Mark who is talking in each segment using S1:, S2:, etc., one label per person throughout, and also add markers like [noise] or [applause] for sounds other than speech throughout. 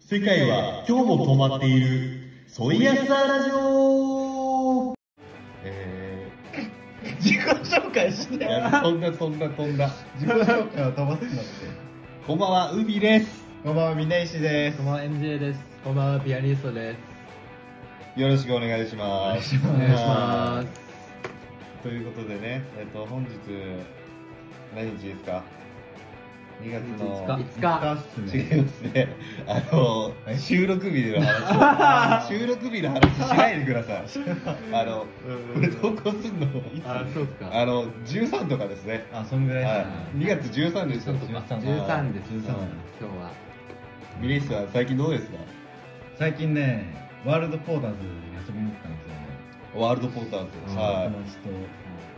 S1: 世界は今日も止まっている、ソイヤスターラジオえ
S2: [laughs] 自己紹介して
S1: ー、いや、飛んだ飛んだ飛んだ。
S2: 自己紹介を飛ばすんだって
S1: こんばんは、海です。
S2: こんばんは峰岸です
S3: こんばんは MJ です。こんばんはピアニストです。
S1: よろしくお願いします。
S3: お願いします。
S1: ということでね、えっと、本日、何日ですか ?2 月の
S3: 5日。
S2: 5日っす
S1: 違い
S2: ね
S1: ますね。あの
S2: は、い
S1: 収録日の話を、収録日の話しないでください。あの、これ投稿すんの
S3: あ、そうか。
S1: あの、13とかですね。
S2: あそんぐらいっ
S1: はい、2月13日です。
S2: 13
S3: 十三です。
S2: 13
S3: 今日は。
S1: ミレイさん、最近どうですか
S2: す最近ねワールドポーターズに遊びに行ったんですよね
S1: ワールドポーターズ。は
S2: 友達と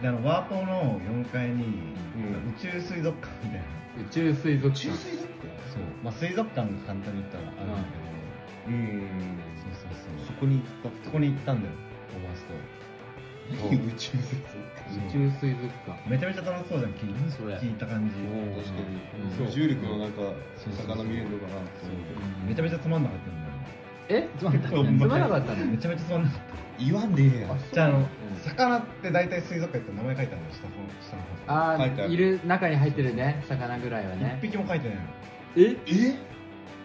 S2: であのワーポの4階に
S1: うん
S2: 宇宙水族館みたいな
S3: 宇宙水族
S1: い。
S3: 館。
S1: 水族館
S2: そうまあ水族館が簡単に言ったらあるんだ
S1: うん。
S2: けどそうそう
S1: そ
S2: そう
S1: こに行っ
S2: そこに行ったんだよ友達と
S1: た。 [laughs] 宇宙水族館。
S3: 宇宙水族館。
S2: めちゃめちゃ楽しそうじゃん聞い
S3: それ
S2: 聞いた感じ
S1: 確か
S3: う
S1: に。
S3: ん
S1: 無重力の中
S2: そう、
S1: 魚見れるのかなと
S2: そう
S1: 思って
S2: めちゃめちゃつまんなかったんだよ
S3: え、つまんなかった。
S1: う
S3: つ
S1: ん
S3: まんなかったの。
S2: めちゃめちゃつまんなかっ
S1: 言わんでええやん
S2: たじゃああの、
S3: ん
S2: 魚って大体水族館って名前書いてあるの下
S1: 書
S3: あ
S2: の方下の方
S1: いてあ
S3: ー、
S1: る
S3: いる中に入ってるね、魚ぐらいは
S2: 一
S3: ね。
S2: 匹も書いてないの
S3: え、
S1: え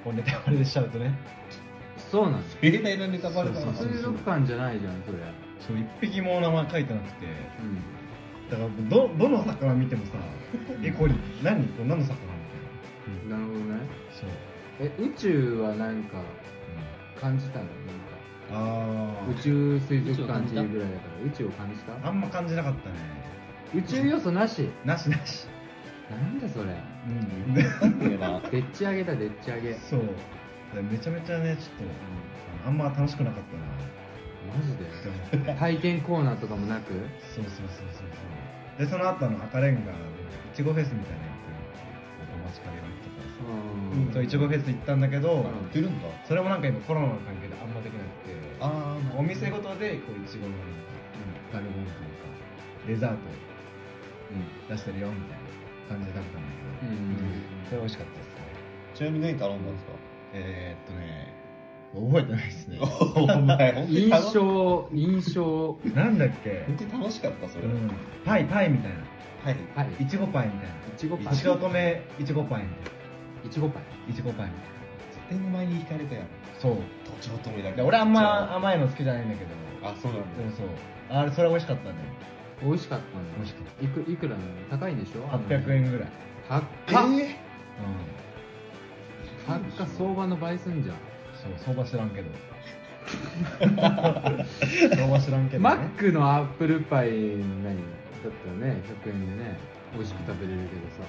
S2: こうネタバレでしちゃうとね
S3: そうなの。
S1: 盛大なネタバレだな。
S2: そうそう
S3: 水族館じゃないじゃん、それ。
S2: そう一匹も名前書いてなくて
S3: うん。
S2: だからどどの魚見
S3: [laughs]
S2: てもさえこれ何これ何の魚みたい
S3: なるほどね。
S2: なそう、
S3: え、宇宙はなんか感じたの？なん
S2: あ
S3: か宇宙水族館っていうぐらいだから宇宙を感じた？
S2: ああんま感じなかったね
S3: 宇宙要素なし。
S2: なしなし
S3: なんだそれ。
S2: うん
S1: ええな。
S3: でっち上げだでっち上げ、うん、
S2: [laughs] そうでめちゃめちゃねちょっとあんま楽しくなかったな
S3: マジで体験コーナーとかもなく
S2: そうそうそうそうそうでその後の赤レンガのいちごフェスみたいなやつお待ちかねがあっ
S3: うん
S2: たからさ、そういちごフェス行ったんだけど、
S3: ん
S1: 売ってるんだ。
S2: それもなんか今コロナの関係であんまできなくて
S1: あ
S2: お店ごとでこういちごのなんか食べ物というかデザート出してるよみたいな感じで食べたんだ
S3: う
S2: け
S3: ん
S2: ど、
S3: うん
S2: それ美味しかったですね
S1: ちなみに何頼んだんですか
S2: えー、っとね覚えてない [laughs] ですね
S1: お前、本当に
S3: [laughs] 印
S1: 楽し
S3: 象印象
S2: なんだっけ
S1: 本当に楽しかった、それ
S2: う。んパイパイみたいな
S1: はい。
S3: はい
S2: いちごパイみたいない
S3: ちごパイ
S2: いちご米いちごパイみたい
S3: いちごパイ
S2: ないちごパイみたい
S1: 絶対お前に惹かれたやん。
S2: なそう
S1: 途上ともにだ
S2: で俺あんま甘いの好きじゃないんだけど
S1: あ、そうなん
S2: で
S1: だ。
S2: もそうあれそれ美味しかったね
S3: 美味しかっ
S2: 美味しかった
S3: のいくいくらなの高いんでしょ
S2: た800円ぐらい
S3: 高っ
S1: え
S3: 高っか相場の倍すんじゃん
S2: うんそう相場知らんけど相場知らんけど、ね、
S3: マックのアップルパイの何だったらね100円でね美味しく食べれるけどさ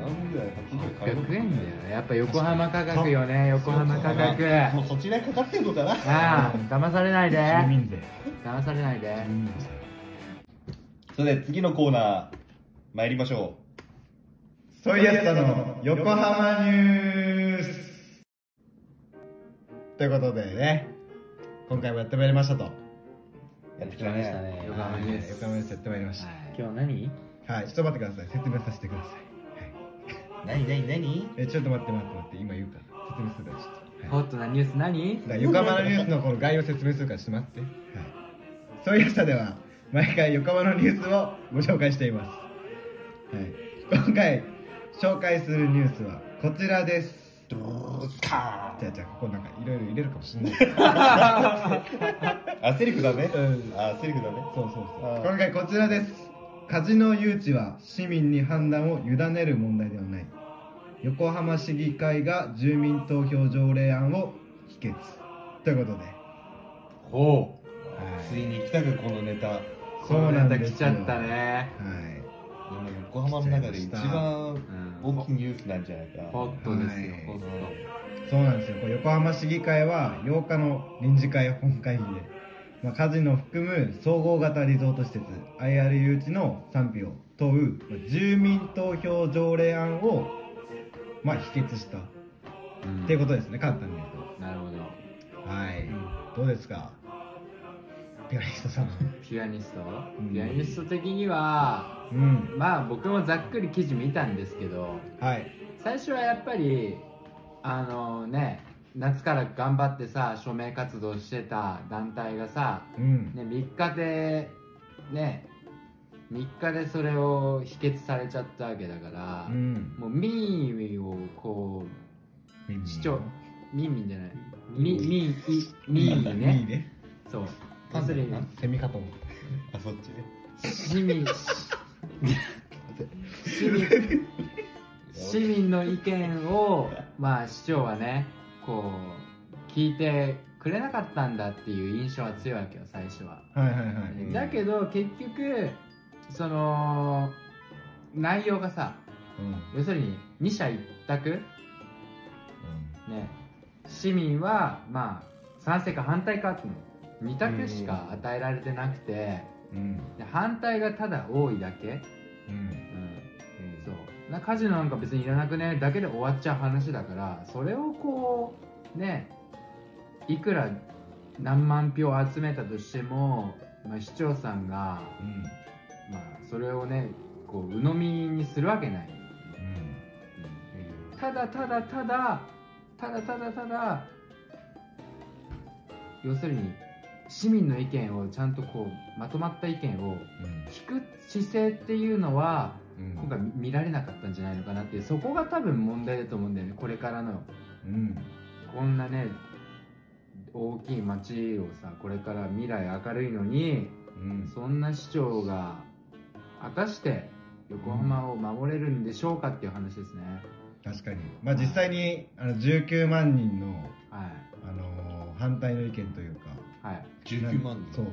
S1: 何ぐらい
S3: 800円だよやっぱ横浜価格よね横浜価格
S1: もうそちらにかかってんのかな
S3: ああ騙されないで
S2: 住民税
S3: 騙されないで
S2: 住民税
S1: それでは次のコーナー参りましょ
S2: そういうやつの横浜ニュースということでね今回もやってまいりましたと
S1: うやってきたね
S3: 横浜ニュース
S2: はい横浜ニュースやってまいりました
S3: 今日何
S2: はいちょっと待ってください説明させてください、はい、
S1: 何何何
S2: えちょっと待って待って待って今言うから説明するからちょっと、はい
S3: ホットなニュース何
S2: だから横浜のニュースのこの概要を説明するからちょっと待って、はい、そういう朝では毎回横浜のニュースをご紹介しています、はい、今回紹介するニュースはこちらです
S1: ドゥーカ
S2: じゃあじゃあここなんかいろいろ入れるかもしれない
S1: ーあセリフだね
S2: うん
S1: あセリフだね
S2: そうそうそう
S1: あー
S2: 今回こちらですカジノ誘致は市民に判断を委ねる問題ではない横浜市議会が住民投票条例案を否決ということで
S1: ほう
S2: はい
S1: ついに来たかこのネタ
S2: そうなんですよ
S3: 来ちゃったね
S2: はい
S1: 今横浜の中で一番
S3: うん
S1: 大きいニュースなんじゃないか
S3: ホットですよ
S2: はい
S3: ホット
S2: そうなんですよ。これ横浜市議会は8日の臨時会本会議で、まあ、カジノを含む総合型リゾート施設 IRU 地の賛否を問うまあ住民投票条例案を、まあ、否決したっ
S3: うん
S2: ていうことですね、簡単に言う
S3: なるほど
S2: と。はい。どうですかピアニスト
S3: [laughs]
S2: さん。
S3: ピアニスト
S2: うん
S3: ピアニスト的には
S2: うん。
S3: まあ僕もざっくり記事見たんですけど
S2: はい。
S3: 最初はやっぱりあのね夏から頑張ってさ署名活動してた団体がさ、
S2: うん
S3: ね、3日でね3日でそれを否決されちゃったわけだから、
S2: うん
S3: もう民意をこう市長民民じゃない民民意民意
S2: いい
S3: ね
S2: ね
S3: そう要するに
S4: セミかと思っ
S1: あそっちね
S3: 市民市民市民の意見をまあ市長はねこう聞いてくれなかったんだっていう印象は強いわけよ最初は、
S2: はいはいはい
S1: ん
S3: だけど結局その内容がさ
S2: うん
S3: 要するに二者一択ね市民はまあ賛成か反対かっていうの二択しか与えられてなくて、
S2: うん
S3: で反対がただ多いだけ、
S2: うん
S3: うん、
S1: うん
S3: そうな家事なんか別にいらなくねだけで終わっちゃう話だからそれをこうねいくら何万票集めたとしても、まあ、市長さんが、
S2: うん
S3: まあ、それをねこう鵜呑みにするわけない、ただただただただただただ要するに市民の意見をちゃんとこうまとまった意見を聞く姿勢っていうのは
S2: うんうん
S3: 今回見られなかったんじゃないのかなっていうそこが多分問題だと思うんだよねこれからの
S2: うん
S3: こんなね大きい街をさこれから未来明るいのに
S2: うん
S3: そんな市長が果たして横浜を守れるんでしょうかっていう話ですね、
S2: 確かにまあ実際にあの19万人の
S3: は
S2: あのー反対の意見というか
S3: いはい
S1: 19万人
S2: そう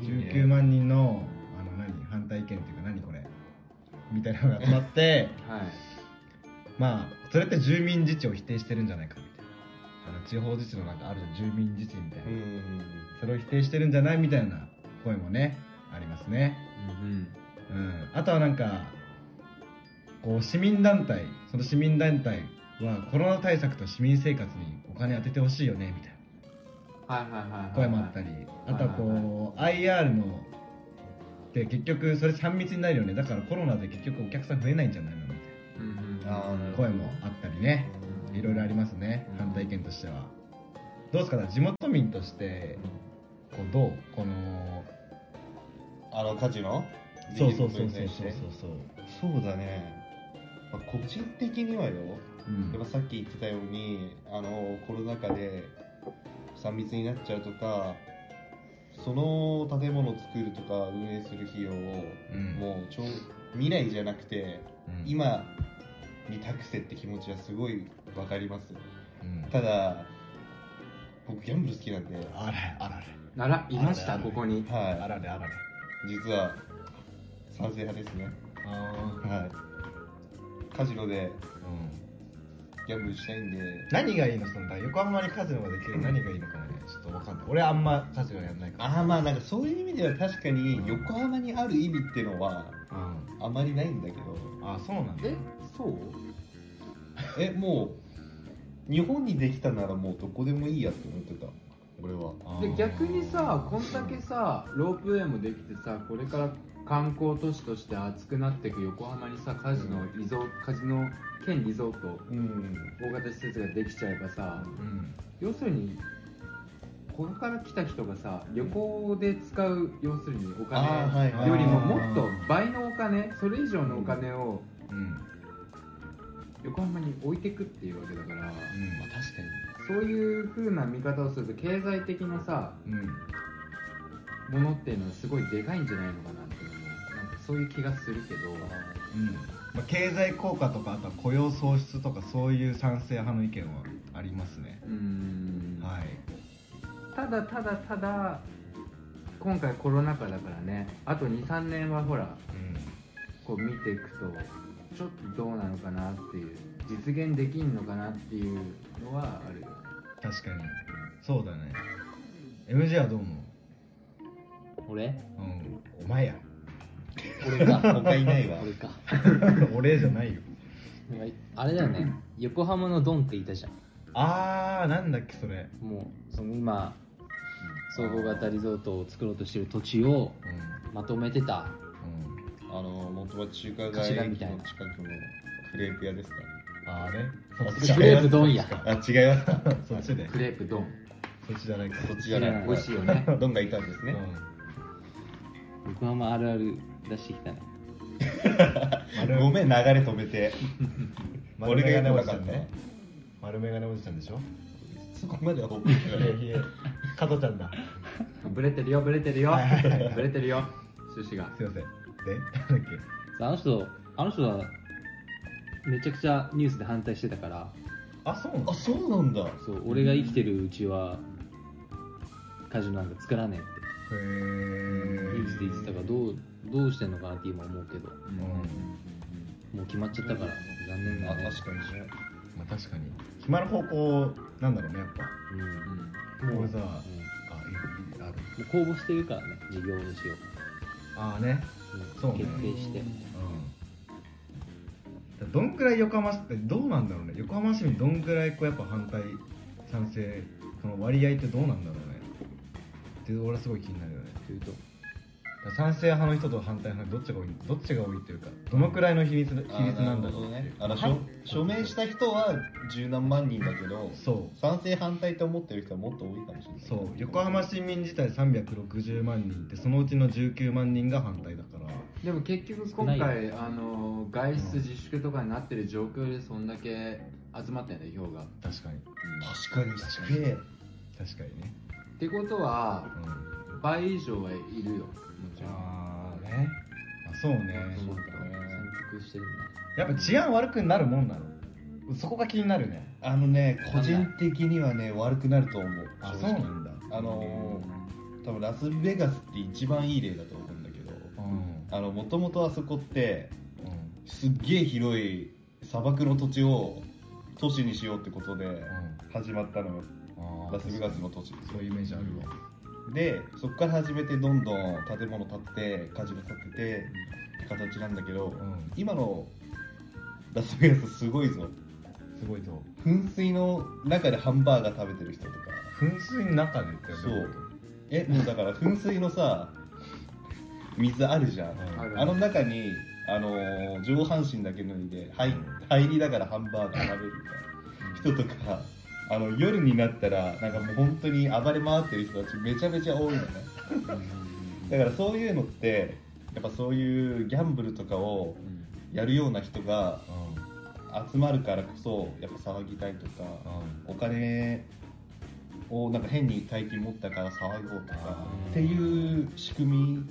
S1: 多いね
S2: 19万人のあの何反対意見というか何これみたいなのが集まって [laughs]
S3: はい
S2: まあそれって住民自治を否定してるんじゃないかみたいなあの地方自治のなんかあるじゃん住民自治みたいな、
S1: うん
S2: それを否定してるんじゃないみたいな声もねありますね
S3: うん
S2: うんあとはなんかこう市民団体その市民団体はコロナ対策と市民生活にお金当ててほしいよねみたい
S3: はいはいはいはい
S2: な声もあったりあとはこう IR ので結局それ3密になるよねだからコロナで結局お客さん増えないんじゃないのみたい
S3: うんうん
S1: あーなる
S2: な
S1: ほど
S2: 声もあったりねいろいろありますね
S3: うん
S2: 反対意見としてはどうですかね地元民としてこうどうこの
S1: あの火事の
S2: そうそうそうそう
S1: 出来事に対
S2: そう
S1: し
S2: そう
S1: て
S2: そう
S1: そうだね、まあ、個人的にはよ
S2: うん
S1: やっぱさっき言ってたようにあのコロナ禍で3密になっちゃうとかその建物を作るとか運営する費用を
S2: うん
S1: もうちょ未来じゃなくて
S2: うん
S1: 今に託せって気持ちはすごいわかります
S2: うん
S1: ただ僕ギャンブル好きなんで、はい、
S2: あらあらあ
S3: あらいました
S2: あるあ
S3: こ
S2: る
S3: こに
S2: らあられあられ
S1: 実は賛成派ですね
S2: あー
S1: はいカジノで
S2: うん
S1: ギャンブルしたいんで
S2: 何がいいのその横浜にカジノができる何がいいのかもねちょっとわかんない俺あんまカジノやんないから
S1: ああまあなんかそういう意味では確かに横浜にある意味ってのは
S2: うん
S1: あまりないんだけど
S2: あそうなんだ
S3: えそう
S1: えもう日本にできたならもうどこでもいいやって思ってた俺は
S2: あ
S3: で
S2: ー
S3: 逆にさこんだけさロープウェイもできてさこれから観光都市として熱くなっていく横浜にさカジノリゾカジノ兼リゾート
S1: うん
S3: 大型施設ができちゃえばさ
S2: うん
S3: 要するにここから来た人がさ旅行で使う要するにお
S1: あーはい
S3: 金
S1: はい
S3: よりももっと倍のお金それ以上のお金を
S2: うん
S3: 横浜に置いてくっていうわけだから
S1: まあ確かに
S3: そういう風な見方をすると経済的なさ
S2: うんうん
S3: ものっていうのはすごいでかいんじゃないのかなっていうのなんかそういう気がするけど
S2: うんまあ経済効果とかあとは雇用創出とかそういう賛成派の意見はありますね
S3: うーん
S2: はい
S3: ただただただ今回コロナ禍だからねあと23年はほら
S2: うん
S3: こう見ていくとちょっとどうなのかなっていう実現できんのかなっていうのはあるよ
S2: 確かにそうだね MJ はどう思
S4: 俺
S2: ううんお [laughs] 前や
S4: 俺か
S1: 他いないわ
S4: 俺か
S2: 俺じゃないよ
S4: あれだよね横浜のドンっていたじゃん
S2: あーなんだっけそれ
S4: もうその今総合型リゾートを作ろうとしてる土地を
S2: う
S4: まとめてた
S2: んうん
S1: あの元は中華街
S4: 頭
S1: 駅の
S4: みた
S1: 近
S4: い
S1: く
S4: な
S1: のクレープ屋ですか
S2: ああれ
S1: そっちじゃ
S4: ク
S1: ない
S4: レープどんや。
S1: あ、違いますか。
S2: そっちで
S3: クレープ丼
S2: そっちじゃないか
S1: そっちじゃない。
S3: 美味しいよね
S1: どんがいたんです
S2: う
S1: ね。
S2: ん
S4: 僕はまああるある出してきたね。
S2: 丸 [laughs]
S1: ごめん、流れ止めて。俺
S2: 丸眼鏡おじちゃ
S1: が言ったらわか
S2: ん
S1: んない
S2: ね丸眼鏡おじちゃんでしょ
S1: そこまでは覚えて
S2: い
S1: な
S2: や
S1: い。
S2: いや加トちゃんだ
S3: ブレてるよブレてるよ
S2: はいはいはい
S3: ブレてるよ趣旨が
S2: すいませんでなんだっ
S4: あの人、あの人はめちゃくちゃニュースで反対してたから、
S2: けあそうなの
S1: あ、そうなんだ。
S4: そう俺が生きてるうちはカジノなんか作らねえって
S2: へ
S4: 言って言ってたからどうどうしてんのかなって今思うけど
S3: うん
S4: もう決まっちゃったから残念だ
S1: あ、
S4: ね
S1: 確かに知らない。
S2: まあ確かに暇の方向なんだろうねやっぱ
S4: うんうんも
S2: これさ
S4: う
S2: あいいある
S4: 公募してるからね事業主を、
S2: ああね
S4: うん
S2: そうね
S4: 決定して
S2: うんどんくらい横浜市ってどうなんだろうね横浜市にどんくらいこうやっぱ反対賛成その割合ってどうなんだろうねって俺はすごい気になるよね
S4: というと
S2: だから賛成派の人と反対派のどっちが多いどっちが多いっていうかどのくらいの比率比率なんだろうっていう
S1: あなるほどねあの署署名した人は十何万人だけど
S2: そう
S1: 賛成反対と思ってる人はもっと多いかもしれない
S2: そう横浜市民自体360万人ってそのうちの19万人が反対だから
S3: でも結局
S4: 少な
S3: 今
S4: い
S3: 回あの外出自粛とかになってる状況でそんだけ集まったよね票が、
S2: 確かに
S1: 確かにすげえ
S2: 確かにね、
S3: ってことは
S2: うん、
S3: 倍以上はいるよもちろん
S2: あーねあそうね
S4: そうう
S1: だ
S4: だ
S1: ね
S4: ね潜伏してるんだ
S2: やっぱ治安悪くなるもんなのそこが気になるね
S1: あのね個人的にはね悪くなると思う
S2: あ
S1: 正
S2: そう
S1: 直
S2: なんだ
S1: あのー多分ラスベガスって一番いい例だと思うんだけど
S2: うん
S1: あのもともとあそこって
S2: うん
S1: すっげえ広い砂漠の土地を都市にしようってことで始まったのよ
S2: うん
S1: ラスベガスの都市
S2: そういうイメージあるわ
S1: でそこから始めてどんどん建物建ててカジノ建ててって形なんだけど
S2: うん
S1: 今のラスベガスすごいぞ
S2: すごいと
S1: 噴水の中でハンバーガー食べてる人とか
S2: 噴水の中でって
S1: そうえもうだから噴水のさ水あるじゃん
S2: ん
S3: ある
S1: あの中に、あのー上半身だけ脱いで入入りながらハンバーガー食べるみたいな人とかあの夜になったらなんかもう本当に暴れ回ってる人たちめちゃめちゃ多いのねだからそういうのってやっぱそういうギャンブルとかをやるような人が
S2: う
S1: 集まるからこそやっぱ騒ぎたいとか
S2: んう
S1: お
S2: ん
S1: 金をなんか変に大金持ったから騒ごうとか
S2: あ
S1: っていう仕組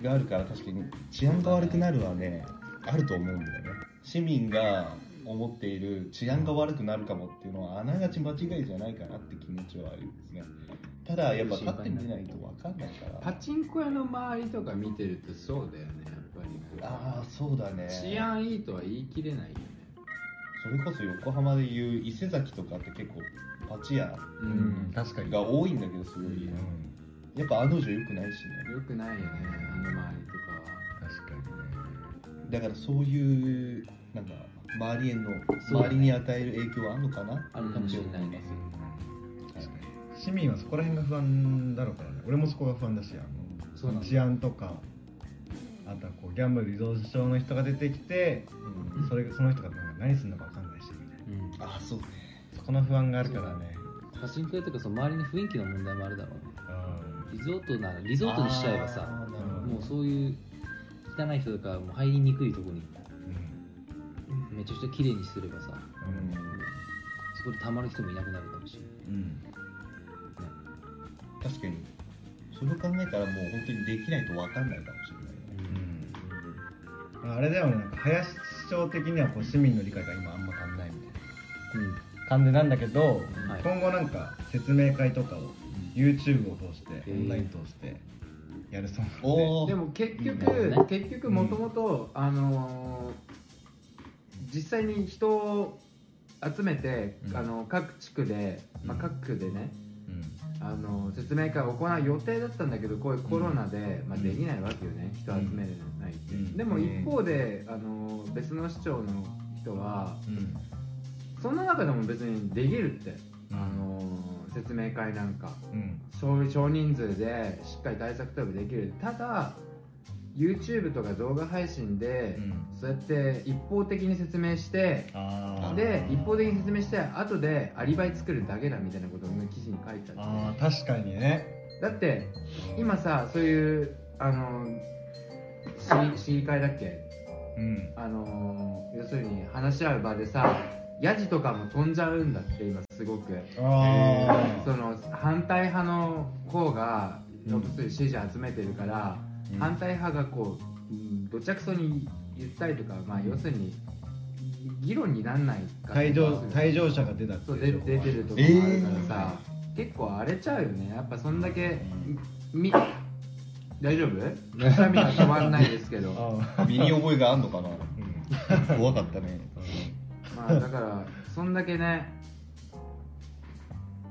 S1: みがあるから確かに治安が悪くなるはねあると思うんだよね市民が思っている治安が悪くなるかもっていうのはあながち間違いじゃないかなって気持ちはありますねただやっぱ立ってみないと分かんないか
S3: パ
S1: ら
S3: チンコ屋の周りとか見てるとそうだよねやっぱり
S1: ああそうだね
S3: 治安いいとは言い切れないよね
S1: それこそ横浜でいう伊勢崎とかって結構パチ屋
S3: う
S2: うん確かに
S1: が多いんだけどすごい
S2: うん
S1: やっぱあの女良くないしね
S3: よくないよねあの周りと
S2: 確かにね
S1: だからそういうなんか周りへの
S4: そう
S1: 周りに与える影響はあるのかな
S4: あるかもしれないね
S2: うん確かに市民はそこら辺が不安だろうからね俺もそこが不安だしあの
S3: そうなんだ
S2: 治安とかあとはこうギャンブル依存症の人が出てきて
S1: うん
S2: それその人がなんか何するのか分かんないしみたいな
S4: うん
S1: あそうね
S2: そこの不安があるからね
S4: パチンコ屋とかその周りの雰囲気の問題もあるだろうね
S2: うん
S4: リゾートならリゾートにしちゃえばさ
S1: あーなるほど
S4: もうそういう汚い人とかもう入りにくいとこに
S2: うん
S4: めちゃくちゃ綺麗にすればさ
S1: うん
S4: そこでたまる人もいなくなるかもしれない
S2: うん
S1: 確かにそれを考えたらもう本当にできないと分かんないかもしれないね
S2: うんあれだよねなんか林市長的にはこう市民の理解が今あんま足んないみたい
S4: うん
S2: な感じなんだけど、
S4: はい
S2: 今後なんか説明会とかを YouTube を通してオ
S4: へー
S2: ンライン通してやるそうなんで
S1: お
S3: か
S1: お
S3: でも結局、
S4: うんね
S3: 結局もともとあのー実際に人を集めて、
S2: うん
S3: あの各地区で、まあ、
S2: うん
S3: 各区でね、
S2: うん
S3: あの説明会を行う予定だったんだけどこういうコロナで、まあ、できないわけよね、人集めないって、
S2: うん
S3: でも一方であの別の市長の人は
S2: うん
S3: そんな中でも別にできるって、あの説明会なんか
S2: うん
S3: 少少人数でしっかり対策とかできるただ YouTube とか動画配信で、
S2: うん
S3: そうやって一方的に説明して
S2: あー
S3: で一方的に説明して後でアリバイ作るだけだみたいなことを記事に書いてあっ
S2: あー確かにね
S3: てだって今さそういうあの市市議会だっけ
S2: うん
S3: あの要するに話し合う場でさヤジとかも飛んじゃうんだって今すごく
S2: あ
S3: その反対派の方が
S2: うん
S3: 要するに支持集めてるから、
S2: うん
S3: 反対派がこううんどちゃくそに言ったりとか、まあ、要するに議論にならない
S2: あ
S3: か
S2: 退場退
S3: 対
S2: 場者が出たって
S3: そう
S2: い
S3: で
S2: う
S3: 出てるとこもあるからさ、結構荒れちゃうよねやっぱそんだけみ大
S2: [laughs]
S3: 丈夫くしゃみが止まらないですけど
S2: あー
S1: 身に覚えがあんのかな
S2: うん
S1: 怖かったね
S3: まあだからそんだけね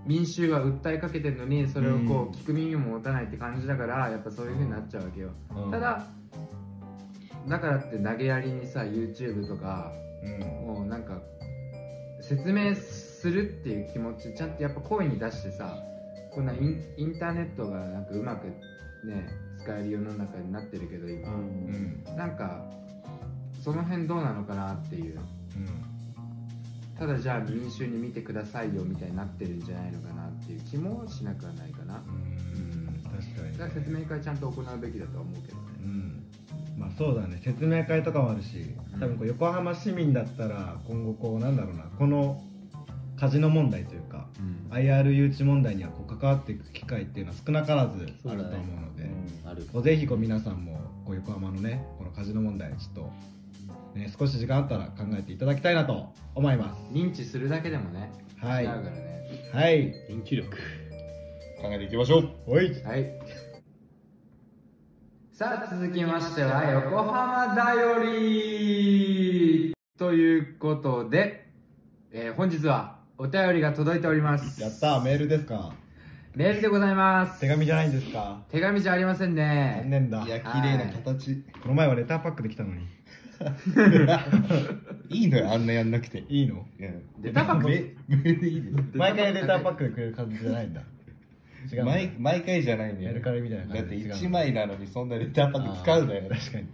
S3: 民衆が訴えかけてるのにそれをこ
S2: うん
S3: う聞く耳も持たないって感じだからやっぱそういう風になっちゃうわけよ
S2: うん
S3: ただだからって投げやりにさ YouTube とか
S2: うん
S3: もうなんか説明するっていう気持ちちゃんとやっぱ声に出してさこんなインインターネットがなんかうまくね使える世の中になってるけど
S4: う
S3: 今
S2: うんん
S3: なんかその辺どうなのかなっていうただじゃあ民衆に見てくださいよみたいになってるんじゃないのかなっていう気もしなくはないかな
S2: うん確
S3: だから
S2: かに
S3: 説明会ちゃんと行うべきだとは思うけどね
S2: うんまあそうだね説明会とかもあるし多分こう横浜市民だったら今後こうなんだろうなこのカジノ問題というか
S3: うん
S2: IR 誘致問題にはこう関わっていく機会っていうのは少なからずあると思うので
S4: ある
S2: こうぜひこう皆さんもこう横浜のねこのカジノ問題ちょっと、ね、少し時間あったら考えていただきたいなと思います
S3: 認知するだけでもね
S2: はい
S3: 違うからね
S2: はい
S4: 電気力
S1: 考えていきましょう
S2: おい
S3: はいさあ続きましては横浜だよりということで、えー本日はお便りが届いております
S2: やったメールですか
S3: メールでございます
S2: 手紙じゃないんですか
S3: 手紙じゃありませんね
S2: 残念だ
S1: いや綺麗な形
S2: この前はレターパックで来たのに
S1: いいのよあんなやんなくて
S2: いいの
S1: うん
S3: レターパック
S1: めめでいいです
S2: 毎回レターパックでくれる感じじゃない
S1: [laughs]
S2: んだ違うんだ
S1: 毎毎回じゃないのよ
S2: メルカリみたいな感じ
S1: だって
S2: 違うんだ
S1: 1枚なのにそんなレターパック使うなよ
S2: あー確かに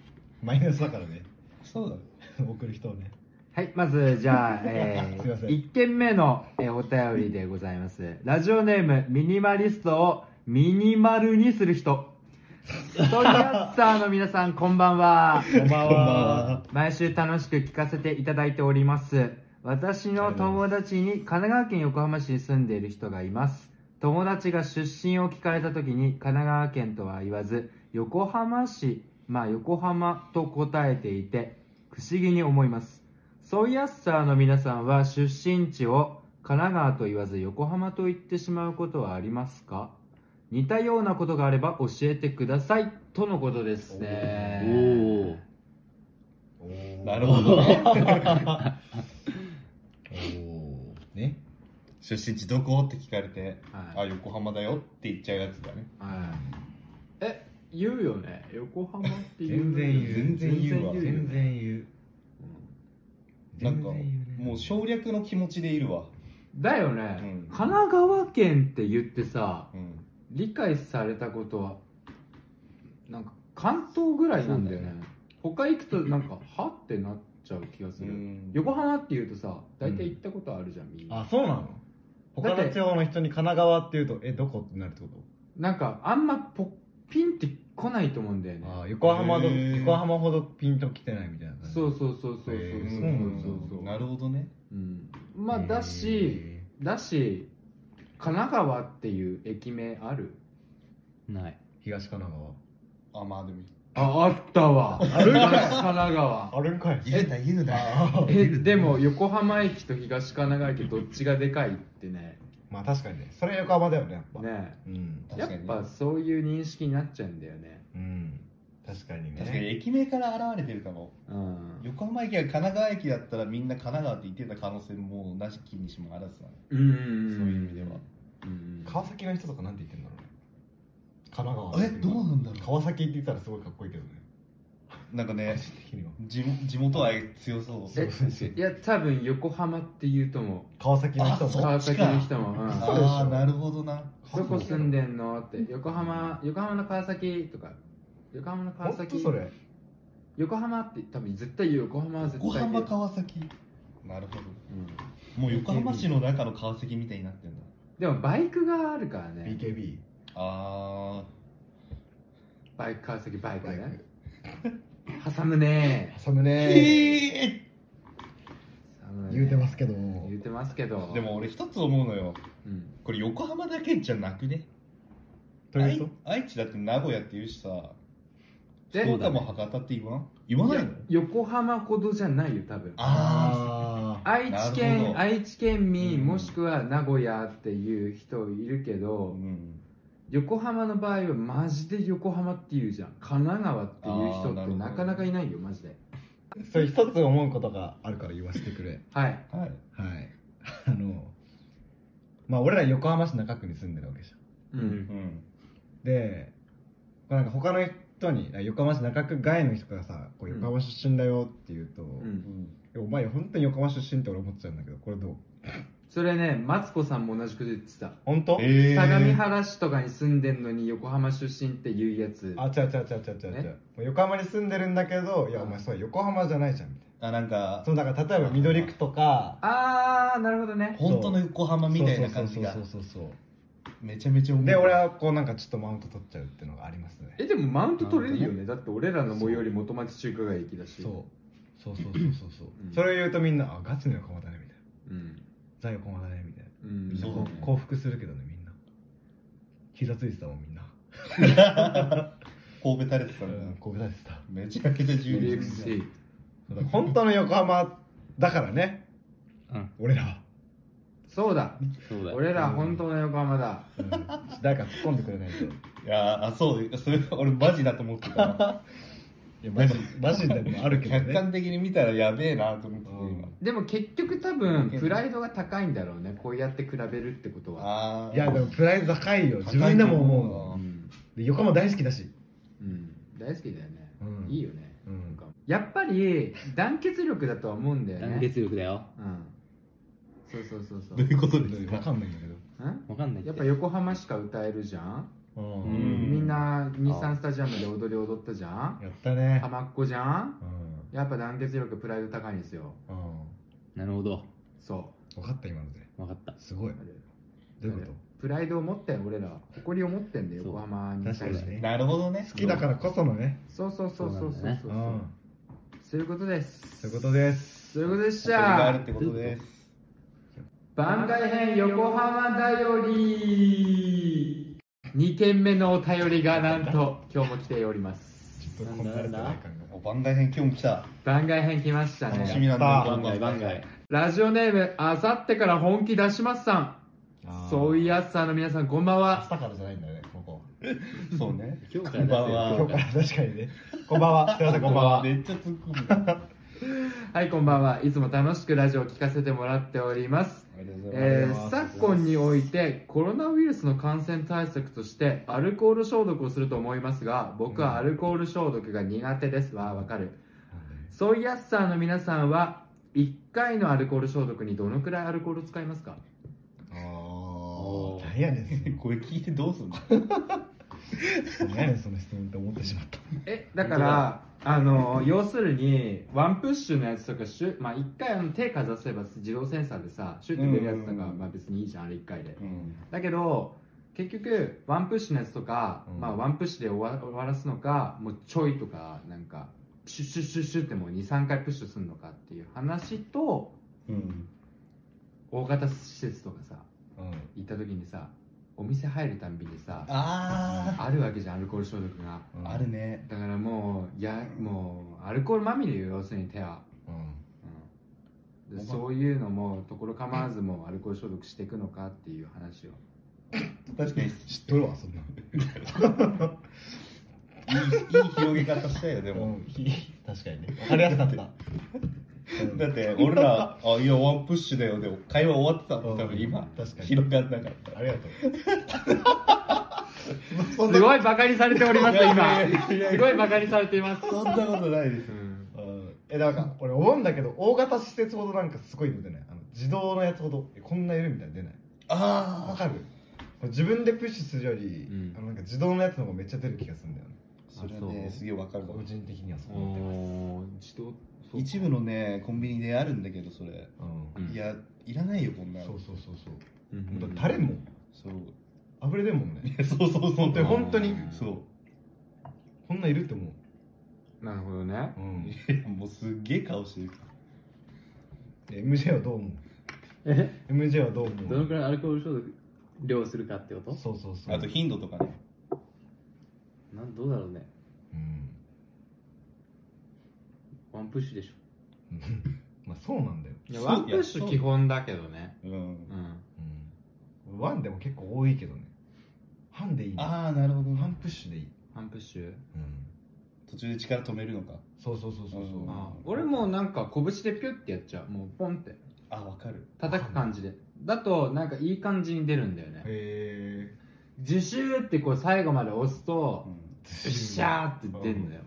S2: マイナスだからね
S1: そうだ
S2: 送る人をね
S3: はい、まずじ
S2: [laughs]
S3: ゃあ、え
S2: すいません
S3: 1件目の、えーお便りでございます。ラジオネーム、ミニマリストをミニマルにする人。ストリアッサーの皆
S2: [laughs]
S3: さん、こんばんは。
S2: こ
S1: こ
S2: んばん
S1: んばんは
S2: は
S3: 毎週楽しく聞かせていただいております私の友達に神奈川県横浜市に住んでいる人がいます友達が出身を聞かれた時に神奈川県とは言わず横浜市まあ横浜と答えていて不思議に思いますソイヤッサーの皆さんは出身地を神奈川と言わず横浜と言ってしまうことはありますか似たようなことがあれば教えてくださいとのことですね
S4: おお
S1: なるほどね
S2: おーね
S1: 出身地どこって聞かれて、
S3: は
S1: あ横浜だよって言っちゃうやつだね
S3: はい。え、言うよね。横浜って言う。
S2: 全然言う
S1: 全然言うわ
S2: 全然言う
S1: なんか
S2: 全然言うね
S1: もう省略の気持ちでいるわ、
S3: だよね、
S1: うん
S3: 神奈川県って言ってさ、
S1: うん、
S3: 理解されたことは、なんか関東ぐらいなんだよね。他行くとなんか、はってなっちゃう気がす
S1: う
S3: る。
S1: ん
S3: 横浜って言うとさ、大体行ったことあるじゃん、みんな。
S2: あそうなの他
S3: だっ
S2: の
S3: て
S2: 地方の人に神奈川っていうとえどこってなるってこと
S3: なんか、あんまポピンって来ないと思うんだよね。
S2: あー横浜の
S1: へー
S2: 横浜ほどピンときてないみたいな感じ
S3: そうそうそうそうそうそうそう
S2: へ
S1: う
S2: ー
S1: ん
S3: そう。
S1: なるほどね
S3: うん、まあだし、
S2: へ
S3: だし神奈川っていう駅名ある
S4: ない
S2: ー東神奈
S1: あまあでも
S3: ああったわある神奈川
S2: 川あるんかい
S1: 言うな言うな
S3: えでも横浜駅と東神奈川駅どっちがでかいってね
S2: [laughs] まあ確かにねそれは横浜だよねやっぱ
S3: ね
S2: うん
S3: や
S1: 確
S3: っ
S1: かにね
S3: ぱそういう認識になっちゃうんだよね
S2: うん確かにね
S1: 確かに駅名から現れてるかも
S3: うん、
S1: 横浜駅が神奈川駅だったらみんな神奈川って言ってた可能性もなし気にしもあらずだね
S3: うん、
S1: そういう意味では
S3: うん
S2: 川崎の人とかなんて言ってんだろうね神奈川
S1: えどうなんだろ
S2: 川崎って言ったらすごいかっこいいけどね
S1: うなんかね
S2: 私的には
S1: 地地元愛強そう
S3: えいや多分横浜って言うとも
S2: 川崎の人
S1: あそっ
S2: も
S1: か
S3: 川崎の人も、うん、
S2: そうでしょ
S1: ああなるほどな
S3: どこ住んでんのって横浜横浜の川崎とか横浜の川
S2: 本当
S3: 崎
S2: それ
S3: 横浜って多分絶対言う横浜は絶対
S1: 横浜川崎なるほど
S3: うん
S1: もう横浜市の中の川崎みたいになってんだ
S3: でもバイクがあるからね
S2: BKB
S1: あ
S3: バイク川崎バイク
S2: バイ
S3: ね
S2: ク
S3: 挟むね
S2: 挟む
S1: ー
S2: ね
S1: え
S3: 挟むね
S2: 言うてますけども
S3: 言うてますけど
S1: ーでも俺一つ思うのよ
S3: うん
S1: これ横浜だけじゃなくね
S2: というと
S1: 愛愛知だって名古屋って言うしさ
S3: で
S1: 福岡も博多って言わん言わないの
S3: 横浜ほどじゃないよ多分
S1: あ
S2: あ
S3: 愛知
S1: なるほ
S3: 県
S1: ど
S3: 愛知県民、
S1: うん
S3: もしくは名古屋っていう人いるけ
S1: あ、う
S3: ど
S1: ん、
S3: 横浜の場合はマジで横浜っていうじゃん神奈川っていう人
S1: あーな
S3: っ
S1: る
S3: て
S1: ほど
S3: なかなかいないよマジで
S2: ーそれ一つ思うことがあるから言わせてくれ
S3: はい
S1: はい
S2: はい [laughs] あのまあ俺ら横浜市中区に住んでるわけじゃん
S3: う
S4: うんん
S1: うん
S2: でなんか他の人に横浜市中区外の人がさこう
S3: うん
S2: 横浜出身だよって言うと、
S3: う
S1: うんん
S2: えお前本当に横浜出身って俺思っちゃうんだけどこれどう
S3: それねマツコさんも同じこと言ってた
S2: 本当
S1: え
S3: 相模原市とかに住んでんのに横浜出身っていうやつ
S2: あ違う違う違う違う違う違うもう横浜に住んでるんだけどいや
S3: うん
S2: お前それ横浜じゃないじゃんみたい
S1: あなんか
S2: なそのだから例えば緑区とか
S3: あーなるほどね
S1: 本当の横浜みたいな感じが
S2: そうそうそうそうそう
S1: めちゃめちゃ
S2: そう
S1: 思う
S2: で俺はこうなんかちょっとマウント取っちゃうっていうのがありますね
S3: えでもマウント取れるよねだって俺らの最寄り元町中華街駅だし
S2: そうそうそうそうそうそう、
S3: うん
S2: それを言うとみんなあガチの横浜だねみたいな
S3: うん
S2: ザ横浜だねみたいな
S3: うん
S1: そう
S2: こう降伏するけどねみんな膝ついてたもんみんな、
S1: [laughs] 神戸垂れてただ、
S2: うんん、降伏されてた
S1: めちゃくちゃ重要
S3: LXC
S2: そうだから本当の横浜だからね
S4: うん
S2: 俺らは、
S3: そうだ
S4: そうだよ
S3: 俺ら本当の横浜だ
S2: うん、誰か突っ込んでくれないと
S1: いやーあそうそれ俺マジだと思ってたわ
S2: いやマジマジでもあ [laughs] るけど
S1: 客
S2: ね
S1: 観的に見たらやべえなと思ってた今
S3: でも結局多分プライドが高いんだろうねこうやって比べるってことは
S1: あー
S2: いやでもプライド高いよ
S1: 高
S2: 自
S1: いと思うな
S2: 分でも思
S3: うん、
S2: うで横浜大好きだし、
S3: うん、大好きだよね、
S2: うん
S3: いいよね
S2: う
S3: なん
S2: ん、
S3: かやっぱり団結力だとは思うんだよね
S4: 団結力だよ
S3: うんそうそうそうそ
S1: [laughs]
S3: う
S1: どういうことです
S2: 分
S1: か
S2: かんないんだけど
S3: ん
S4: わかんないって
S3: やっぱ横浜しか歌えるじゃん、
S2: うん
S1: ん
S3: みんな日産スタジアムで踊り踊ったじゃん
S2: やったね
S3: 浜っ子じゃん
S2: うん
S3: やっぱ団結力プライド高いんですよ
S2: うん
S4: なるほど
S3: そ
S2: 分かった今ので
S4: わかった
S2: すごいうどういうこ
S3: プライドを持ってん俺らは誇りを持ってんだよ
S4: そう
S3: 横浜に対し
S2: と
S3: て
S2: 確かにね
S1: なるほどね
S2: 好きだからこそのね
S3: そうそうそうそうそう
S4: そう
S3: そうんそう
S4: なだよね
S3: うんそういうことです
S2: そういうことです
S3: そういうことでし
S1: それがあ
S3: た
S1: るってことです
S3: 番外編横浜だより2件目のお便りがなんと今日も来ております
S2: ちょっとこんなれてない感が
S1: お番外編今日も来た
S3: 番外編来ました
S1: 楽しみ
S3: ね
S1: なん
S2: や
S1: だ
S2: った
S1: どん
S4: 番
S1: ど
S4: 外
S1: ん
S4: 番外
S3: ラジオネームあさってから本気出しますさんそうい
S2: や
S3: やっさんの皆さんこんばんは
S2: 朝からじゃないんだよねここ
S1: そうね
S4: 今日から出すよ
S1: こんばんは
S2: 今日から確かにねこんばんはすいませんこんばんは
S1: めっちゃ突っ込むあ
S3: はいこんばんはいつも楽しくラジオを聞かせてもらっております
S1: りがとうございます
S3: えー
S2: ありがとうございます
S3: 昨今においてコロナウイルスの感染対策としてアルコール消毒をすると思いますが僕はアルコール消毒が苦手ですわわかるソイヤッサーの皆さんは1回のアルコール消毒にどのくらいアルコール使いますか
S2: あ
S4: お
S2: あ
S4: ー
S2: 何やねんその
S1: これ聞いてどうすんの
S2: 何やねんその質問って思ってしまった
S3: えだからあの要するにワンプッシュのやつとかシュ、まあ、1回あの手かざせば自動センサーでさシュッて出るやつとか、
S1: うんうんうん
S3: まあ、別にいいじゃんあれ1回で
S1: うん
S3: だけど結局ワンプッシュのやつとか、
S2: うん
S3: まあ、ワンプッシュで終わ終わらすのかもうちょいとかなんかシュッシュッシュッシュッってもう23回プッシュするのかっていう話と
S1: うん
S3: 大型施設とかさ
S2: うん
S3: 行った時にさお店入るたんびにさ
S1: あ
S3: あるわけじゃんアルコール消毒が
S1: ああるね
S3: だからもういやもうアルコールまみれよ要するに手は、
S2: うん
S3: うんでそういうのもところ構わずもうアルコール消毒していくのかっていう話を
S1: 確かにいい
S2: 知っとるわそんない
S1: い広げ方したよでも、
S2: うん確かにね分かりやすかったうん
S1: だって俺ら「あいやワンプッシュだよ」で会話終わってたもん多
S2: うん
S1: 分今
S2: 確かに
S1: 広がんなかった
S2: ありがとう
S3: すごいバカにされております今
S1: いやいやいや
S3: すごいバカにされています、
S1: そんなことないです
S3: うん
S2: うんえなんか俺思うんだけど大型施設ほどなんかすごいの出ないあの自動のやつほどえこんな緩みたいなの出ないわ
S1: あ
S2: かるこれ自分でプッシュするより、
S3: うん
S2: あのなんか自動のやつの方がめっちゃ出る気がするんだよね
S1: あそれは
S4: あそ
S1: ね
S4: う
S1: すげえわかるわ
S2: 個人的にはそう思ってます
S4: おー自動そう
S1: 一部のねコンビニであるんだけどそれ、
S2: うん
S4: うん
S1: いやいらないよこんなの
S2: そうそうそうそう
S4: うんうん
S2: 本当タレも
S1: そう
S2: 溢れてるもんね
S1: いやそうそうそう
S2: で本当に
S1: そう
S2: こんなんいるって思う
S3: なるほどね
S2: うん
S1: いやもうすっげえ顔してる
S2: で MJ はどう思
S4: え
S2: う MJ はどう思う
S4: どのくらいアルコール消毒量するかってこと
S2: そうそうそう
S1: あと頻度とかね
S4: なんどうだろうね
S2: うん
S4: ワンプッシュでしょ
S2: うん [laughs] まあそうなんだよ、
S3: いや
S1: そう
S3: ワンプッシュ基本だけどね
S1: うん
S3: うん
S2: うん、ワンでも結構多いけどね半でいいね
S1: ああなるほど
S2: 半
S1: ね
S2: プッシュでいい、
S3: ワンプッシュ
S2: うん、
S1: 途中で力止めるのか
S2: そうそうそうそうそう
S1: うん
S3: あ俺もなんか拳でピュッてやっちゃうもうポンって
S1: あわかる
S3: 叩く感じでだとなんかいい感じに出るんだよ
S2: へ
S3: ね
S2: え
S3: 自習ってこう最後まで押すと
S1: うん
S3: ブシャーって出るんだよ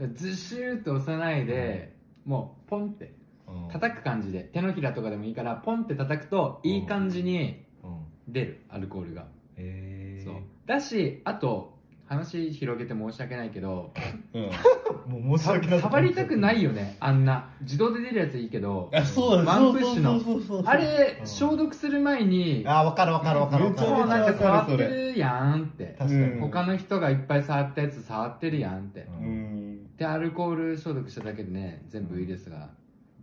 S2: うん
S3: ずしゅーって押さないで、もうポンって
S2: うん
S3: 叩く感じで手のひらとかでもいいからポンって叩くといい感じに
S2: うん
S3: 出るアルコールが、
S2: へえ
S3: そうだしあと話広げて申し訳ないけど
S1: うん
S2: もう申し
S3: さ
S2: 訳ない
S3: 触りたくない
S2: よ
S3: よねあんな自動で出るやついいけど
S1: あそうだ
S3: ワンプッシュの
S1: そうそうそうそう
S3: あれ
S2: うん
S3: 消毒する前に
S2: あー分かる分かる分かる分
S1: めっちゃ
S2: か
S3: もう
S2: る
S3: なんか触って
S1: わか
S3: るやんって
S2: 確かに、
S1: うん
S3: 他の人がいっぱい触ったやつ触ってるやんって
S1: う
S2: うん
S1: ん
S3: でアルコール消毒しただけでね全部ウイルスが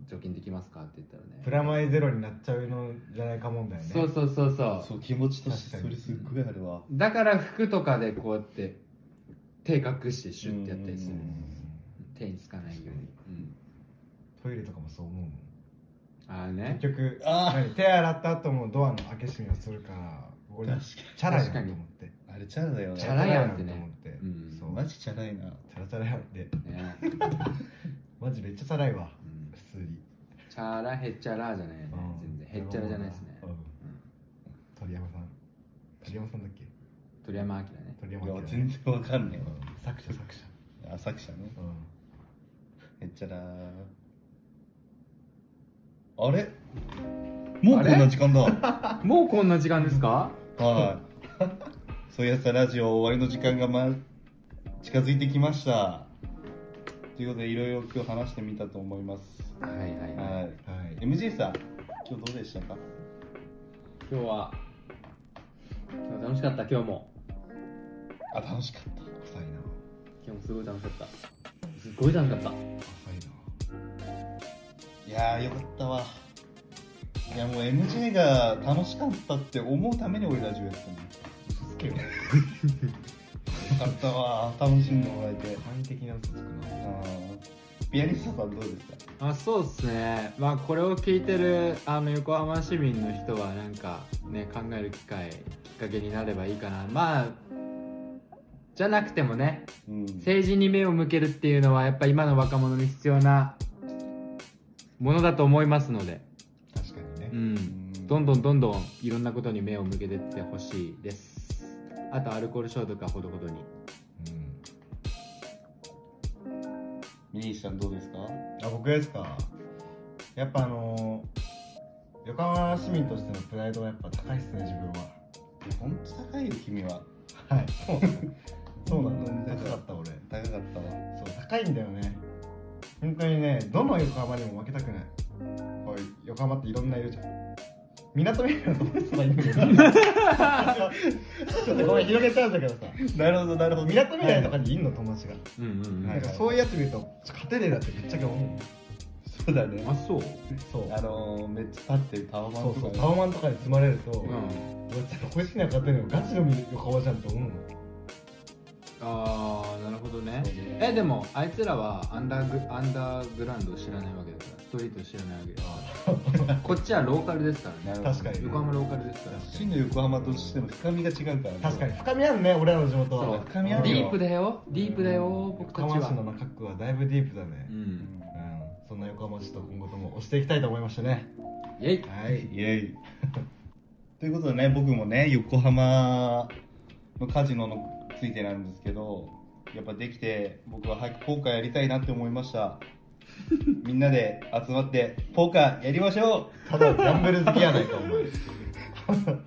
S3: 除菌できますかって言ったらね
S2: プラマイゼロになっちゃうのじゃないか問題ね
S3: そうそうそうそう
S1: そう気持ちとしてそ
S2: 確か
S1: れ
S2: に
S1: すっごいあるわ
S3: だから服とかでこうやって手隠してシュッてやったりす
S2: う
S3: る
S2: ん
S3: 手につかないように、うん、
S2: トイレとかもそう思うもん
S3: ああね
S4: [laughs]
S2: 結局
S1: あ
S2: 何手洗った後もドアの開け閉めをするから
S1: ー
S2: 俺
S1: 確か
S2: チャラやんと思って
S1: にあれチャラだよ
S3: チ
S1: ね
S3: ャラやんってね
S2: チャラやんと思って
S3: うん
S2: そう
S1: マジチャラいな
S2: チャラチャラやんって
S3: ね、
S2: マジめっちゃチャラいわ
S3: うん
S2: 普通に
S3: チャラヘッチャラじゃないよね
S2: うん
S3: 全然ヘッチャラじゃないですね
S2: うん鳥山さん鳥山さんだっけ
S3: 鳥山明ね
S2: 鳥
S1: い
S2: 山
S1: や
S2: 明だね
S1: 全然わかん
S2: う
S1: ね
S2: ん作者作者
S1: えわあ作者ね
S2: うん
S1: へっちゃらーあれもうこんな時間 [laughs] だ
S3: もうこんな時間ですか
S1: はい [laughs] そういやさラジオ終わりの時間が、ま、近づいてきましたということでいろいろ今日話してみたと思います
S3: はいはいはい
S1: はい
S2: はい
S1: MJ さん今日どうでしたか
S4: 今日は今日楽しかった今日も
S1: あ楽しかった
S2: 浅いな
S4: 今日もすごい楽しかったすっごい楽しかった
S2: 浅いない
S1: やーよかったわいやもう MJ が楽しかったって思うために俺ラジオやってたの
S2: 嘘つけよ
S1: よかったわ楽しんでもらえて
S2: 簡易的な嘘つく
S1: あ
S2: な
S1: ーピアニストさんどうですか
S3: あそうですね、まあ、これを聞いてるあの横浜市民の人はなんか、ね、考える機会きっかけになればいいかなまあじゃなくてもね
S1: うん
S3: 政治に目を向けるっていうのはやっぱ今の若者に必要なものだと思いますので、
S2: 確かにね
S3: うん、どんどんどんどんいろんなことに目を向けてってほしいですあとアルコール消毒はほどほどに
S2: うん
S1: ミニーさんどうですか
S2: あ僕ですかやっぱあのー横浜市民としてのプライドはやっぱ高いっすね自分は
S1: 本当高いよ君は
S2: はいそうなのそうなの
S1: うん
S2: [laughs] 高かった俺そ
S1: 高か [laughs] ったわ
S2: う高いんだよね本当にねどの横浜にも負けたくないこう横浜っていろんないるじゃん港未来はどうしたらいい
S3: [laughs]
S2: のかなちょっとごめん広げちゃうんだけどさ
S1: なるほどなるほど
S2: みなとみらいとかにいんの友達が、
S3: うんうん、
S1: は
S2: なん
S1: い
S2: かそういうやつ見ると勝てねえなってぶっちゃけ思
S1: そうだね
S3: あそう
S2: うそう
S1: [laughs] あのー、めっちゃ立ってるタワマン
S2: そう
S1: とか
S2: そ
S1: ね
S2: うタワマンとかに積まれると、
S3: うん
S2: うわちょっと欲しいな勝てるのガチの横浜じゃんと思うの
S3: ああなるほどねえでもあいつらはアンダーグアンダーグラウンドを知らないわけだからストリートを知らないわけだから [laughs] こっちはローカルですからね
S1: なるほど
S2: 確かに
S3: 横浜ローカルですから
S1: 真の横浜としての深みが違うからね
S2: 確かに深みあるね俺らの地元
S3: そう
S1: 深みある
S3: デ
S1: よ
S3: ィープだよディープだよ僕たち
S2: 横浜市の
S3: は
S2: 中区はだいぶディープだ
S3: う
S2: ね
S1: うんん
S2: うん、そんな横浜市と今後とも押していきたいと思いましたね
S3: イェイ
S2: はい
S1: イエイ [laughs] ということでね僕もね横浜のカジノのついてなんですけどやっぱできて僕は早くポーカーやりたいなって思いました [laughs] みんなで集まってポーカーやりましょ
S2: ただギャンブル好きやないかお前
S3: ま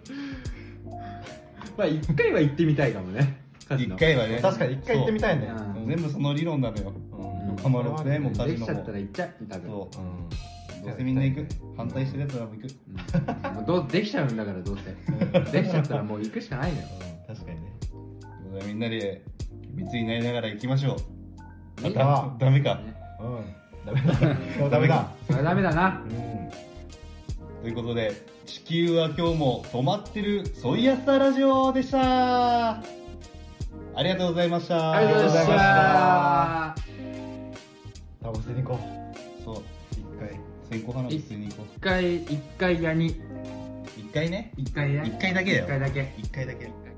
S3: あ一回は行ってみたいかもねカジ
S1: 一
S3: ノ
S1: 回はね
S5: 確かに一回行ってみたいね
S3: そう
S1: 全部その理論なのよ
S3: うん
S1: 横浜ロフトねもうカジ
S3: でき
S1: ノ
S3: ちゃっ
S1: も
S3: たら行っちゃう多分
S1: そ
S5: う
S1: う
S5: ん
S1: うどうせみんな行く反対してるやつらも行く
S3: うんもうどうできちゃうんだからどうせ [laughs] できちゃったらもう行くしかないのよ
S5: 確かにね
S1: ということでみんなで密になりながら行きましょうあ
S3: ね
S1: ダダメか
S5: うんダメ
S3: [laughs]
S5: だダメだ
S3: それはダメだな
S5: うん
S1: ということで地球は今日も止まってるソイヤスターラジオでしたありがとうございました
S3: ありがとうございました
S5: タバコ吸いに行こ
S1: そう
S5: う一回
S1: 先行花火普通に行こ
S3: 一回一回やに
S1: う一回ね
S3: 一回ね
S1: 一回だけだよ
S3: 一回だけ
S1: 一回だけ
S3: 一回